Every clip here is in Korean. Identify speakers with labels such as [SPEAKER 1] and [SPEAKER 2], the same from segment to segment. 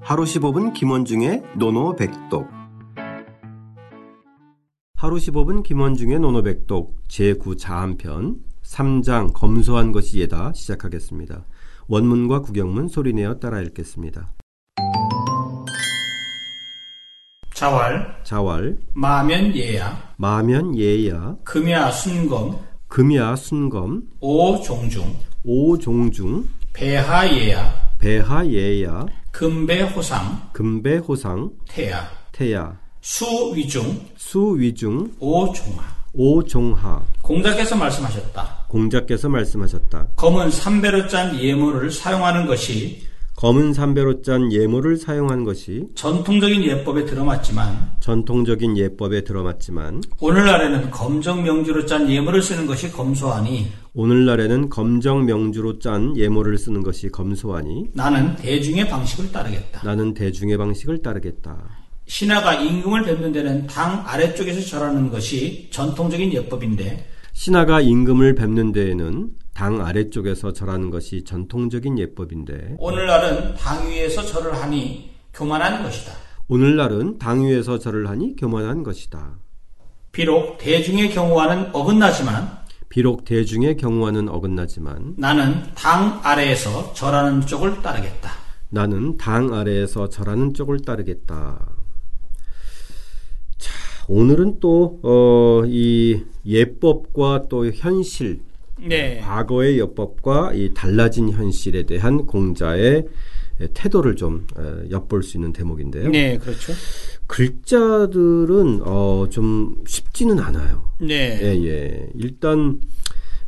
[SPEAKER 1] 하루 15분 김원중의 노노백독 하루 15분 김원중의 노노백독 제9자한편 3장 검소한 것이 예다 시작하겠습니다. 원문과 구경문 소리내어 따라 읽겠습니다.
[SPEAKER 2] 자왈,
[SPEAKER 1] 자왈
[SPEAKER 2] 마면 예야,
[SPEAKER 1] 마면 예야
[SPEAKER 2] 금야 순검,
[SPEAKER 1] 금야 순검
[SPEAKER 2] 오종중,
[SPEAKER 1] 오종중
[SPEAKER 2] 배하 예야,
[SPEAKER 1] 배하 예야
[SPEAKER 2] 금배 호상,
[SPEAKER 1] 금배 호상
[SPEAKER 2] 태야,
[SPEAKER 1] 태야
[SPEAKER 2] 수위중,
[SPEAKER 1] 수위중
[SPEAKER 2] 오종하.
[SPEAKER 1] 오종하
[SPEAKER 2] 공자께서 말씀하셨다.
[SPEAKER 1] 공자께서 말씀하셨다.
[SPEAKER 2] 검은 삼배로 짠 예물을 사용하는 것이
[SPEAKER 1] 검은 삼배로 짠 예물을 사용한 것이
[SPEAKER 2] 전통적인 예법에 들어맞지만
[SPEAKER 1] 전통적인 예법에 들어맞지만
[SPEAKER 2] 오늘날에는 검정 명주로 짠 예물을 쓰는 것이 검소하니
[SPEAKER 1] 오늘날에는 검정 명주로 짠 예물을 쓰는 것이 검소하니
[SPEAKER 2] 나는 대중의 방식을 따르겠다.
[SPEAKER 1] 나는 대중의 방식을 따르겠다.
[SPEAKER 2] 신하가 임금을 뵙는 데는 당 아래쪽에서 절하는 것이 전통적인 예법인데
[SPEAKER 1] 신하가 임금을 뵙는 데에는 당 아래쪽에서 절하는 것이 전통적인 예법인데
[SPEAKER 2] 오늘날은 당 위에서 절을 하니 교만한 것이다.
[SPEAKER 1] 오늘날은 당 위에서 절을 하니 교만한 것이다.
[SPEAKER 2] 비록 대중의 경우와는 어긋나지만
[SPEAKER 1] 비록 대중의 경우와는 어긋나지만
[SPEAKER 2] 나는 당 아래에서 절하는 쪽을 따르겠다.
[SPEAKER 1] 나는 당 아래에서 절하는 쪽을 따르겠다. 자, 오늘은 또, 어, 이 예법과 또 현실,
[SPEAKER 2] 네.
[SPEAKER 1] 과거의 예법과 이 달라진 현실에 대한 공자의 태도를 좀 어, 엿볼 수 있는 대목인데요.
[SPEAKER 2] 네, 그렇죠.
[SPEAKER 1] 글자들은 어, 좀 쉽지는 않아요.
[SPEAKER 2] 네.
[SPEAKER 1] 예, 예. 일단,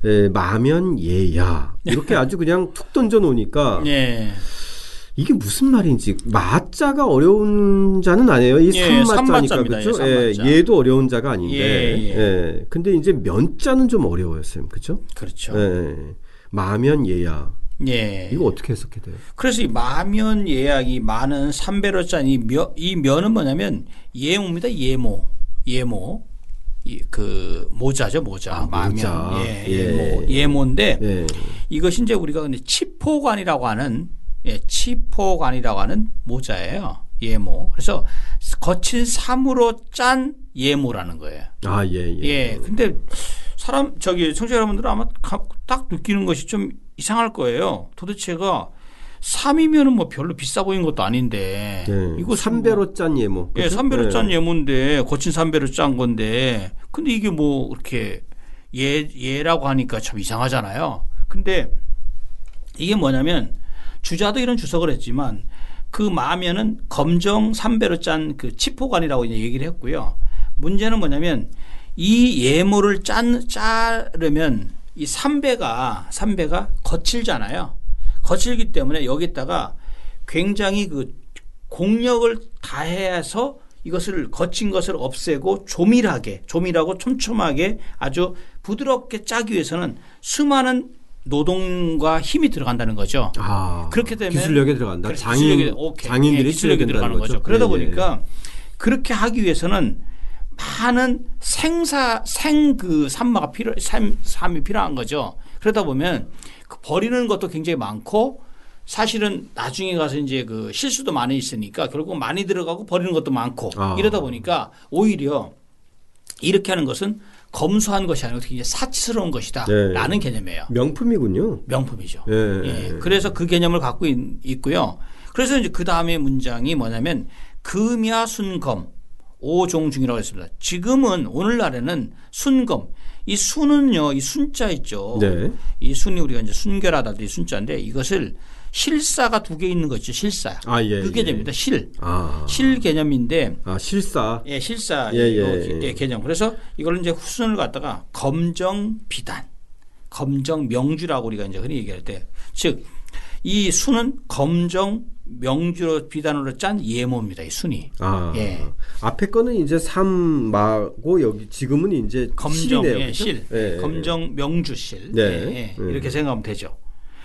[SPEAKER 1] 예, 마면 예야. 이렇게 아주 그냥 툭 던져 놓으니까
[SPEAKER 2] 네.
[SPEAKER 1] 이게 무슨 말인지 마자가 어려운 자는 아니에요. 이
[SPEAKER 2] 예,
[SPEAKER 1] 삼마자니까
[SPEAKER 2] 삼마자입니다.
[SPEAKER 1] 그렇죠.
[SPEAKER 2] 예,
[SPEAKER 1] 예,
[SPEAKER 2] 삼마자.
[SPEAKER 1] 얘도 어려운 자가 아닌데.
[SPEAKER 2] 예, 예.
[SPEAKER 1] 예, 근데 이제 면자는 좀 어려워요, 쌤. 그렇죠?
[SPEAKER 2] 그렇죠.
[SPEAKER 1] 예, 예. 마면 예야.
[SPEAKER 2] 네.
[SPEAKER 1] 이거 어떻게 해석해야 돼요?
[SPEAKER 2] 그래서 이 마면 예약이 많은 삼배로 짠이 면, 이 면은 뭐냐면 예모입니다. 예모. 예모. 이, 그 모자죠, 모자.
[SPEAKER 1] 아,
[SPEAKER 2] 마면.
[SPEAKER 1] 모자.
[SPEAKER 2] 예,
[SPEAKER 1] 예.
[SPEAKER 2] 예모. 예모인데
[SPEAKER 1] 예.
[SPEAKER 2] 이것이 이제 우리가 근데 치포관이라고 하는 예, 치포관이라고 하는 모자예요. 예모. 그래서 거친 삼으로 짠 예모라는 거예요.
[SPEAKER 1] 아, 예, 예.
[SPEAKER 2] 예. 근데 사람 저기 청취자 여러분들은 아마 가- 딱 느끼는 것이 좀 이상할 거예요. 도대체가 삼이면은뭐 별로 비싸 보이는 것도 아닌데
[SPEAKER 1] 예. 이거
[SPEAKER 2] 이것은 뭐-
[SPEAKER 1] 삼배로 짠 예모.
[SPEAKER 2] 예,
[SPEAKER 1] 그렇죠?
[SPEAKER 2] 삼배로
[SPEAKER 1] 예.
[SPEAKER 2] 짠 예모인데 거친 삼배로 짠 건데 근데 이게 뭐 이렇게 예 예라고 하니까 참 이상하잖아요. 근데 이게 뭐냐면 주자도 이런 주석을 했지만 그 마면은 검정 삼배로 짠 그 치포관이라고 이제 얘기를 했고요. 문제는 뭐냐면 이 예모를 짠 짜려면 이 삼배가 삼배가 거칠잖아요. 거칠기 때문에 여기다가 굉장히 그 공력을 다해서 이것을 거친 것을 없애고 조밀하게 조밀하고 촘촘하게 아주 부드럽게 짜기 위해서는 수많은 노동과 힘이 들어간다는 거죠.
[SPEAKER 1] 아.
[SPEAKER 2] 그렇게 되면
[SPEAKER 1] 기술력에 들어간다.
[SPEAKER 2] 그래,
[SPEAKER 1] 장인
[SPEAKER 2] 기술력이- 오케이.
[SPEAKER 1] 장인들이
[SPEAKER 2] 예, 기술력이
[SPEAKER 1] 쓰여야 된다는
[SPEAKER 2] 들어가는 거죠.
[SPEAKER 1] 거죠. 예,
[SPEAKER 2] 그러다
[SPEAKER 1] 예.
[SPEAKER 2] 보니까 그렇게 하기 위해서는 많은 생사 생 그 산마가 필요 삶 삶이 필요한 거죠. 그러다 보면 그 버리는 것도 굉장히 많고 사실은 나중에 가서 이제 그 실수도 많이 있으니까 결국 많이 들어가고 버리는 것도 많고
[SPEAKER 1] 아.
[SPEAKER 2] 이러다 보니까 오히려 이렇게 하는 것은 검소한 것이 아니고 굉장히 사치스러운
[SPEAKER 1] 네.
[SPEAKER 2] 것이다라는 개념이에요.
[SPEAKER 1] 명품이군요.
[SPEAKER 2] 명품이죠.
[SPEAKER 1] 예.
[SPEAKER 2] 예, 그래서 그 개념을 갖고 있, 고요 그래서 이제 그 다음에 문장이 뭐냐면 금야 순검 오종중이라고 했습니다. 지금은 오늘날에는 순검 이 순은요 이 순자 있죠.
[SPEAKER 1] 네.
[SPEAKER 2] 이 순이 우리가 이제 순결하다 이 순자인데 이것을 실사가 두 개 있는 거죠. 실사.
[SPEAKER 1] 아, 예.
[SPEAKER 2] 그
[SPEAKER 1] 예.
[SPEAKER 2] 개념입니다. 실.
[SPEAKER 1] 아.
[SPEAKER 2] 실 개념인데
[SPEAKER 1] 아, 실사.
[SPEAKER 2] 예, 실사
[SPEAKER 1] 예, 예,
[SPEAKER 2] 요-
[SPEAKER 1] 예.
[SPEAKER 2] 예, 개념. 그래서 이걸 이제 후순을 갖다가 검정 비단, 검정 명주라고 우리가 이제 흔히 얘기할 때, 즉 이 순은 검정 명주로 비단으로 짠 예모입니다. 이 순이.
[SPEAKER 1] 아,
[SPEAKER 2] 예.
[SPEAKER 1] 앞에 거는 이제 삼마고 여기 지금은 이제
[SPEAKER 2] 검정
[SPEAKER 1] 실이네요.
[SPEAKER 2] 예,
[SPEAKER 1] 그죠?
[SPEAKER 2] 실,
[SPEAKER 1] 예, 예.
[SPEAKER 2] 검정 명주 실
[SPEAKER 1] 네.
[SPEAKER 2] 예, 예.
[SPEAKER 1] 음.
[SPEAKER 2] 이렇게 생각하면 되죠.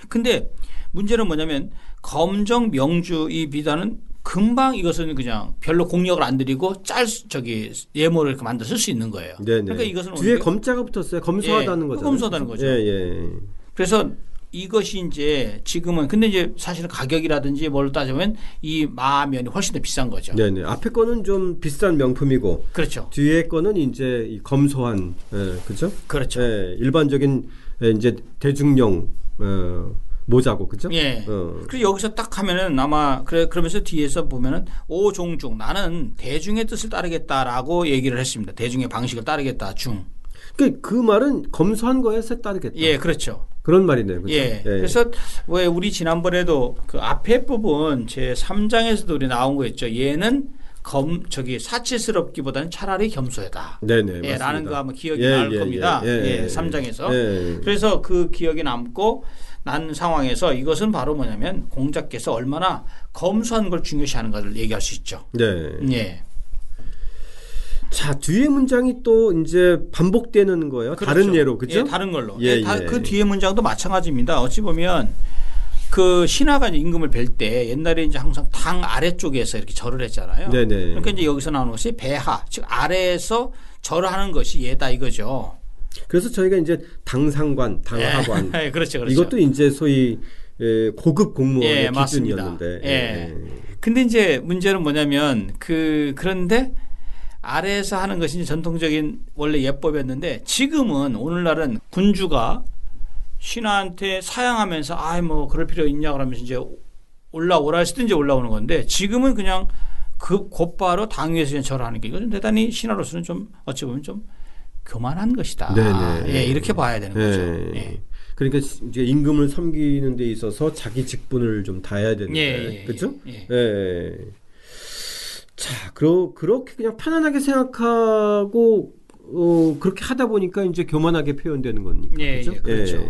[SPEAKER 2] 근데 문제는 뭐냐면 검정 명주 이 비단은 금방 이것은 그냥 별로 공력을 안 들이고 짤 수- 저기 예모를 이렇게 만들어 쓸 수 있는 거예요.
[SPEAKER 1] 네네.
[SPEAKER 2] 그러니까 이것은
[SPEAKER 1] 뒤에
[SPEAKER 2] 오히려-
[SPEAKER 1] 검자가 붙었어요. 검소하다는
[SPEAKER 2] 예,
[SPEAKER 1] 거죠.
[SPEAKER 2] 검소하다는 거죠.
[SPEAKER 1] 예, 예.
[SPEAKER 2] 그래서 이것이 이제 지금은 근데 이제 사실은 가격이라든지 뭘 따지면 이 마면이 훨씬 더 비싼 거죠.
[SPEAKER 1] 네네. 앞에 거는 좀 비싼 명품이고
[SPEAKER 2] 그렇죠.
[SPEAKER 1] 뒤에 거는 이제 이 검소한 예, 그죠?
[SPEAKER 2] 그렇죠.
[SPEAKER 1] 예, 일반적인 예, 이제 대중용 어, 모자고 그죠?
[SPEAKER 2] 예.
[SPEAKER 1] 어,
[SPEAKER 2] 그래서 여기서 딱 하면은 아마 그래 그러면서 뒤에서 보면은 오종중 나는 대중의 뜻을 따르겠다라고 얘기를 했습니다. 대중의 방식을 따르겠다 중.
[SPEAKER 1] 그, 그 말은 검소한 거에 새 따르겠다.
[SPEAKER 2] 예, 그렇죠.
[SPEAKER 1] 그런 말이네요. 그죠?
[SPEAKER 2] 예. 그래서 왜 우리 지난번에도 그 앞에 부분 제 3장에서도 우리 나온 거 있죠. 얘는 검 저기 사치스럽기보다는 차라리 겸손하다.
[SPEAKER 1] 네네.
[SPEAKER 2] 예,
[SPEAKER 1] 맞습니다.
[SPEAKER 2] 라는 거 아마 기억이
[SPEAKER 1] 예,
[SPEAKER 2] 날
[SPEAKER 1] 예,
[SPEAKER 2] 겁니다.
[SPEAKER 1] 예, 예, 예.
[SPEAKER 2] 3장에서.
[SPEAKER 1] 예.
[SPEAKER 2] 그래서 그 기억이 남고 난 상황에서 이것은 바로 뭐냐면 공자께서 얼마나 검소한 걸 중요시하는가를 얘기할 수 있죠.
[SPEAKER 1] 네.
[SPEAKER 2] 예.
[SPEAKER 1] 자 뒤에 문장이 또 이제 반복되는 거예요. 다른
[SPEAKER 2] 그렇죠.
[SPEAKER 1] 예로 그죠?
[SPEAKER 2] 예, 다른 걸로.
[SPEAKER 1] 예,
[SPEAKER 2] 예, 다-
[SPEAKER 1] 예.
[SPEAKER 2] 그 뒤에 문장도 마찬가지입니다. 어찌 보면 그 신하가 이제 임금을 뵐 때 옛날에 이제 항상 당 아래쪽에서 이렇게 절을 했잖아요.
[SPEAKER 1] 네네.
[SPEAKER 2] 그러니까 이제 여기서 나오는 것이 배하, 즉 아래에서 절을 하는 것이 예다 이거죠.
[SPEAKER 1] 그래서 저희가 이제 당상관, 당하관
[SPEAKER 2] 예, 그렇죠, 그렇죠.
[SPEAKER 1] 이것도 이제 소위 예, 고급 공무원의
[SPEAKER 2] 예, 맞습니다.
[SPEAKER 1] 기준이었는데.
[SPEAKER 2] 예. 근데 이제 문제는 뭐냐면 그 그런데 아래에서 하는 것이 이제 전통적인 원래 예법이었는데 지금은 오늘날은 군주가 신하한테 사양하면서 아이 뭐 그럴 필요 있냐 그러면서 이제 올라오라 했을 때 이제 올라오는 건데 지금은 그냥 그 곧바로 당 위에서 그냥 절하는 게 이건 대단히 신하로서는 좀 어찌 보면 좀 교만한 것이다.
[SPEAKER 1] 네네.
[SPEAKER 2] 예, 이렇게 봐야 되는 거죠.
[SPEAKER 1] 예.
[SPEAKER 2] 예.
[SPEAKER 1] 그러니까 시- 이제 임금을 섬기는 데 있어서 자기 직분을 좀 다해야 되는데,
[SPEAKER 2] 예, 예,
[SPEAKER 1] 그렇죠?
[SPEAKER 2] 예.
[SPEAKER 1] 예. 자, 그러, 그렇게 그냥 편안하게 생각하고 어, 그렇게 하다 보니까 이제 교만하게 표현되는 거니까,
[SPEAKER 2] 예,
[SPEAKER 1] 그죠?
[SPEAKER 2] 예, 그렇죠.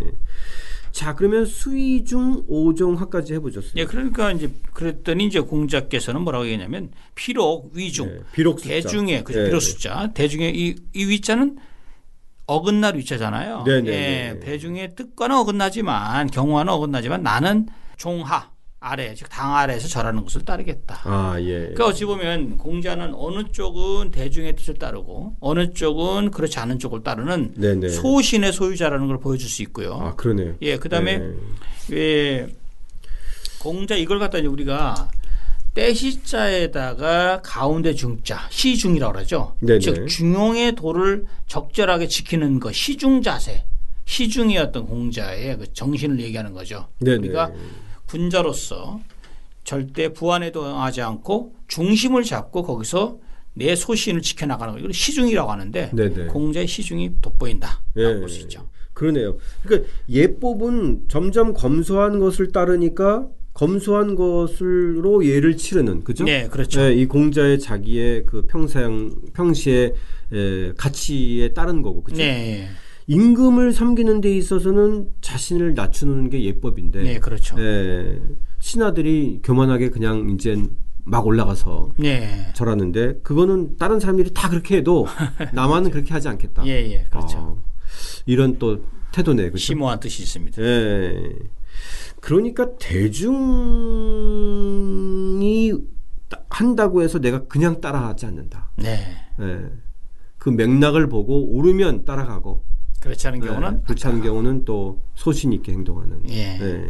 [SPEAKER 1] 자, 그러면 수의중 오종화까지 해보죠.
[SPEAKER 2] 예, 그러니까 이제 그랬더니 이제 공자께서는 뭐라고 얘기냐면 비록 위중
[SPEAKER 1] 예, 비록 숫자.
[SPEAKER 2] 대중의 그죠
[SPEAKER 1] 예.
[SPEAKER 2] 비록 숫자 대중의 이, 이 위자는 어긋날 위자잖아요.
[SPEAKER 1] 네네네.
[SPEAKER 2] 예, 대중의 뜻과는 어긋나지만 경우와는 어긋나지만 나는 종하 아래 즉 당 아래에서 절하는 것을 따르겠다.
[SPEAKER 1] 아, 예.
[SPEAKER 2] 그러니까 어찌 보면 공자는 어느 쪽은 대중의 뜻을 따르고 어느 쪽은 그렇지 않은 쪽을 따르는
[SPEAKER 1] 네네.
[SPEAKER 2] 소신의 소유자라는 걸 보여줄 수 있고요.
[SPEAKER 1] 아, 그러네요.
[SPEAKER 2] 예, 그다음에
[SPEAKER 1] 예.
[SPEAKER 2] 왜 공자 이걸 갖다 이제 우리가 때시자에다가 가운데 중자 시중이라고 그러죠.
[SPEAKER 1] 네네.
[SPEAKER 2] 즉 중용의 도를 적절하게 지키는 것 시중 자세 시중이었던 공자의 그 정신을 얘기하는 거죠.
[SPEAKER 1] 네네.
[SPEAKER 2] 우리가 군자로서 절대 부안에 동하지 않고 중심을 잡고 거기서 내 소신을 지켜나가는 거 이걸 시중이라고 하는데
[SPEAKER 1] 네네.
[SPEAKER 2] 공자의 시중이 돋보인다라고
[SPEAKER 1] 예.
[SPEAKER 2] 볼 수 있죠.
[SPEAKER 1] 그러네요. 그러니까 예법은 점점 검소한 것을 따르니까 검소한 것으로 예를 치르는 그죠?
[SPEAKER 2] 네, 그렇죠.
[SPEAKER 1] 예, 이 공자의 자기의 그 평생 평시의 에, 가치에 따른 거고 그죠?
[SPEAKER 2] 네,
[SPEAKER 1] 임금을 섬기는 데 있어서는 자신을 낮추는 게 예법인데
[SPEAKER 2] 네, 그렇죠.
[SPEAKER 1] 예, 신하들이 교만하게 그냥 이제 막 올라가서
[SPEAKER 2] 네.
[SPEAKER 1] 절하는데 그거는 다른 사람들이 다 그렇게 해도 나만은 그렇게 하지 않겠다.
[SPEAKER 2] 예, 예, 그렇죠.
[SPEAKER 1] 아, 이런 또 태도네, 그렇죠?
[SPEAKER 2] 심오한 뜻이 있습니다.
[SPEAKER 1] 예. 그러니까 대중이 따- 한다고 해서 내가 그냥 따라하지 않는다.
[SPEAKER 2] 네.
[SPEAKER 1] 예. 그 맥락을 보고 오르면 따라가고
[SPEAKER 2] 그렇지 않은
[SPEAKER 1] 예,
[SPEAKER 2] 경우는
[SPEAKER 1] 그렇지 않은 경우는 또 소신 있게 행동하는.
[SPEAKER 2] 예.
[SPEAKER 1] 예.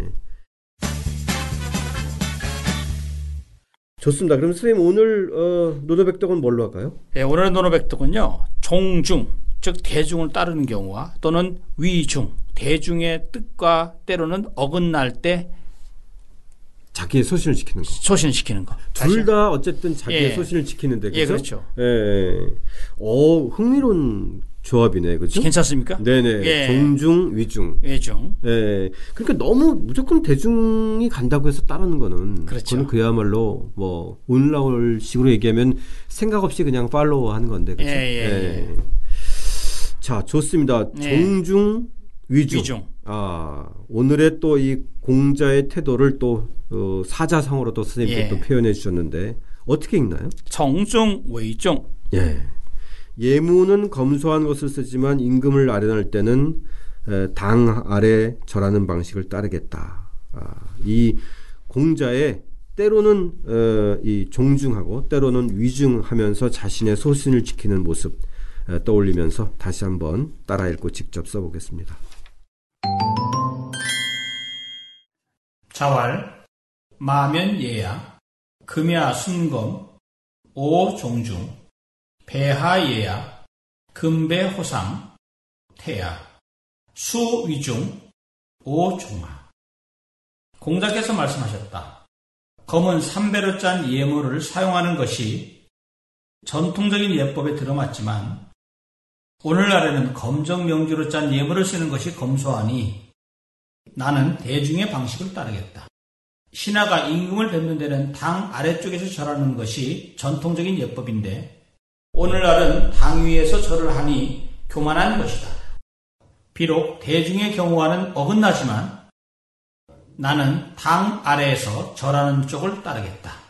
[SPEAKER 1] 좋습니다. 그럼 선생님 오늘 어, 노노백덕은 뭘로 할까요?
[SPEAKER 2] 예, 오늘의 노노백독은요. 종중 즉 대중을 따르는 경우와 또는 위중 대중의 뜻과 때로는 어긋날 때
[SPEAKER 1] 자기의 소신을 지키는 거.
[SPEAKER 2] 소신시키는 거.
[SPEAKER 1] 둘
[SPEAKER 2] 다시.
[SPEAKER 1] 다 어쨌든 자기의
[SPEAKER 2] 예.
[SPEAKER 1] 소신을 지키는데
[SPEAKER 2] 예,
[SPEAKER 1] 그죠?
[SPEAKER 2] 그렇죠.
[SPEAKER 1] 예, 예. 어 흥미로운 조합이네, 그죠?
[SPEAKER 2] 괜찮습니까?
[SPEAKER 1] 네네.
[SPEAKER 2] 예.
[SPEAKER 1] 종중 위중.
[SPEAKER 2] 외중.
[SPEAKER 1] 예. 그러니까 너무 무조건 대중이 간다고 해서 따르는 거는
[SPEAKER 2] 그렇죠.
[SPEAKER 1] 그건 그야말로 뭐 오늘날 식으로 얘기하면 생각 없이 그냥 팔로우하는 건데. 그죠?
[SPEAKER 2] 예, 예,
[SPEAKER 1] 예. 자, 좋습니다.
[SPEAKER 2] 예.
[SPEAKER 1] 종중 위중.
[SPEAKER 2] 위중.
[SPEAKER 1] 아, 오늘의 또 이 공자의 태도를 또 어, 사자성어로 또 선생님께서
[SPEAKER 2] 예.
[SPEAKER 1] 또 표현해 주셨는데 어떻게 읽나요?
[SPEAKER 2] 정중 외중.
[SPEAKER 1] 예. 예무는 검소한 것을 쓰지만 임금을 아련할 때는 에, 당 아래 절하는 방식을 따르겠다. 아, 이 공자의 때로는 어, 이 종중하고 때로는 위중하면서 자신의 소신을 지키는 모습 에, 떠올리면서 다시 한번 따라 읽고 직접 써보겠습니다.
[SPEAKER 2] 자왈, 마면 예야, 금야 순검, 오 종중, 배하 예야, 금배 호상, 태야, 수 위중, 오 종하. 공자께서 말씀하셨다. 검은 삼배로 짠 예물을 사용하는 것이 전통적인 예법에 들어맞지만 오늘날에는 검정 명주로 짠 예물을 쓰는 것이 검소하니 나는 대중의 방식을 따르겠다. 신하가 임금을 뵙는 데는 당 아래쪽에서 절하는 것이 전통적인 예법인데 오늘날은 당 위에서 절을 하니 교만한 것이다. 비록 대중의 경우와는 어긋나지만 나는 당 아래에서 절하는 쪽을 따르겠다.